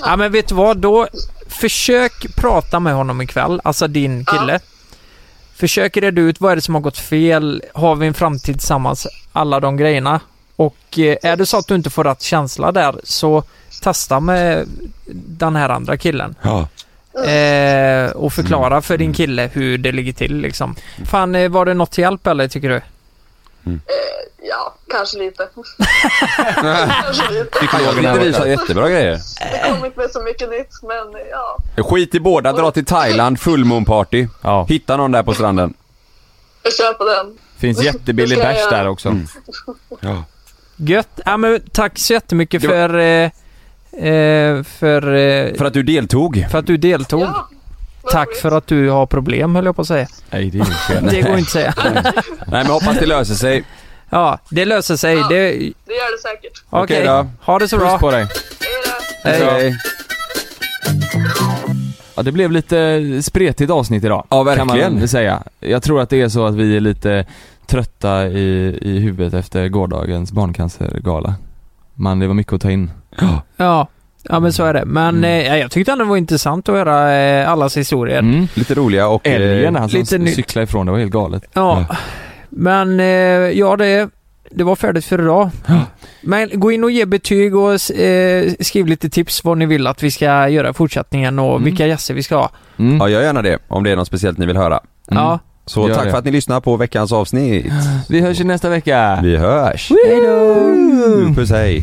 Ja men vet du vad, då försök prata med honom ikväll, alltså din kille. Försök reda ut vad är det som har gått fel, har vi en framtid tillsammans, alla de grejerna. Och eh, är det så att du inte får rätt känsla där så testa med den här andra killen.
Ja.
Eh, och förklara för din kille hur det ligger till liksom. Fan, eh, var det något till hjälp eller tycker du?
Ja, kanske lite.
Psykologerna har visat jättebra grejer.
Det kommer inte med så mycket nytt, men ja.
Skit i båda, dra till Thailand, fullmånparty. Hitta någon där på stranden.
Jag kör på den.
Finns
jättebillig Ska jag- bärs där också.
Mm. Ja.
Gött. Ja, men tack så jättemycket för, eh, eh, för, eh,
För att du deltog.
för att du deltog. Tack för att du har problem höll jag på att säga.
Nej, det är ju fel.
Det går inte att säga.
Nej, men hoppas det löser sig.
Ja, det löser sig. Det... Okej
Det gör det säkert.
då. Ha det så bra.
Puss på dig.
Hej.
Hej. Ja, det blev lite spretigt avsnitt idag. Ja, Kan man
verkligen.
säga. Jag tror att det är så att vi är lite trötta i, i huvudet efter gårdagens barncancergala. Man, det var mycket att ta in.
Ja. ja, men så är det. Men
Mm.
eh, jag tyckte ändå det var intressant att höra eh, allas historier.
Mm.
Lite roliga och... eh,
Älgen han
lite
som
nytt.
cyklade ifrån, det var helt galet.
Ja. Men eh, ja, det, det var färdigt för idag. Men gå in och ge betyg och eh, skriv lite tips vad ni vill att vi ska göra i fortsättningen och
Mm.
vilka gäster vi ska ha.
Ja, gör gärna det om det är något speciellt ni vill höra.
Mm.
Ja.
Så
Gör
tack
det.
för att ni lyssnar på veckans avsnitt.
Vi hörs ju nästa vecka. Mm.
Vi hörs!
Hej då!
Puss hej!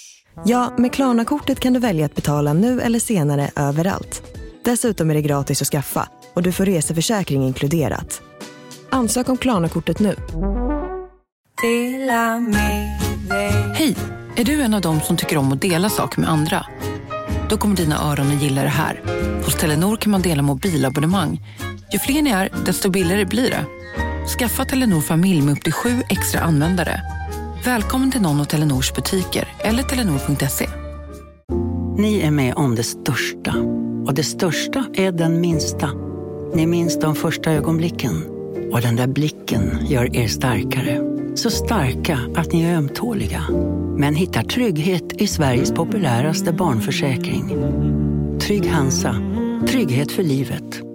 Ja, med Klarna-kortet kan du välja att betala nu eller senare överallt. Dessutom är det gratis att skaffa och du får reseförsäkring inkluderat. Ansök om Klarna-kortet nu.
Hej! Är du en av dem som tycker om att dela saker med andra? Då kommer dina öron att gilla det här. Hos Telenor kan man dela mobilabonnemang. Ju fler ni är, desto billigare blir det. Skaffa Telenor familj med upp till sju extra användare. Välkommen till någon av Telenors butiker eller telenor.se.
Ni är med om det största. Och det största är den minsta. Ni minns de första ögonblicken. Och den där blicken gör er starkare. Så starka att ni är ömtåliga. Men hittar trygghet i Sveriges populäraste barnförsäkring. Trygg Hansa. Trygghet för livet.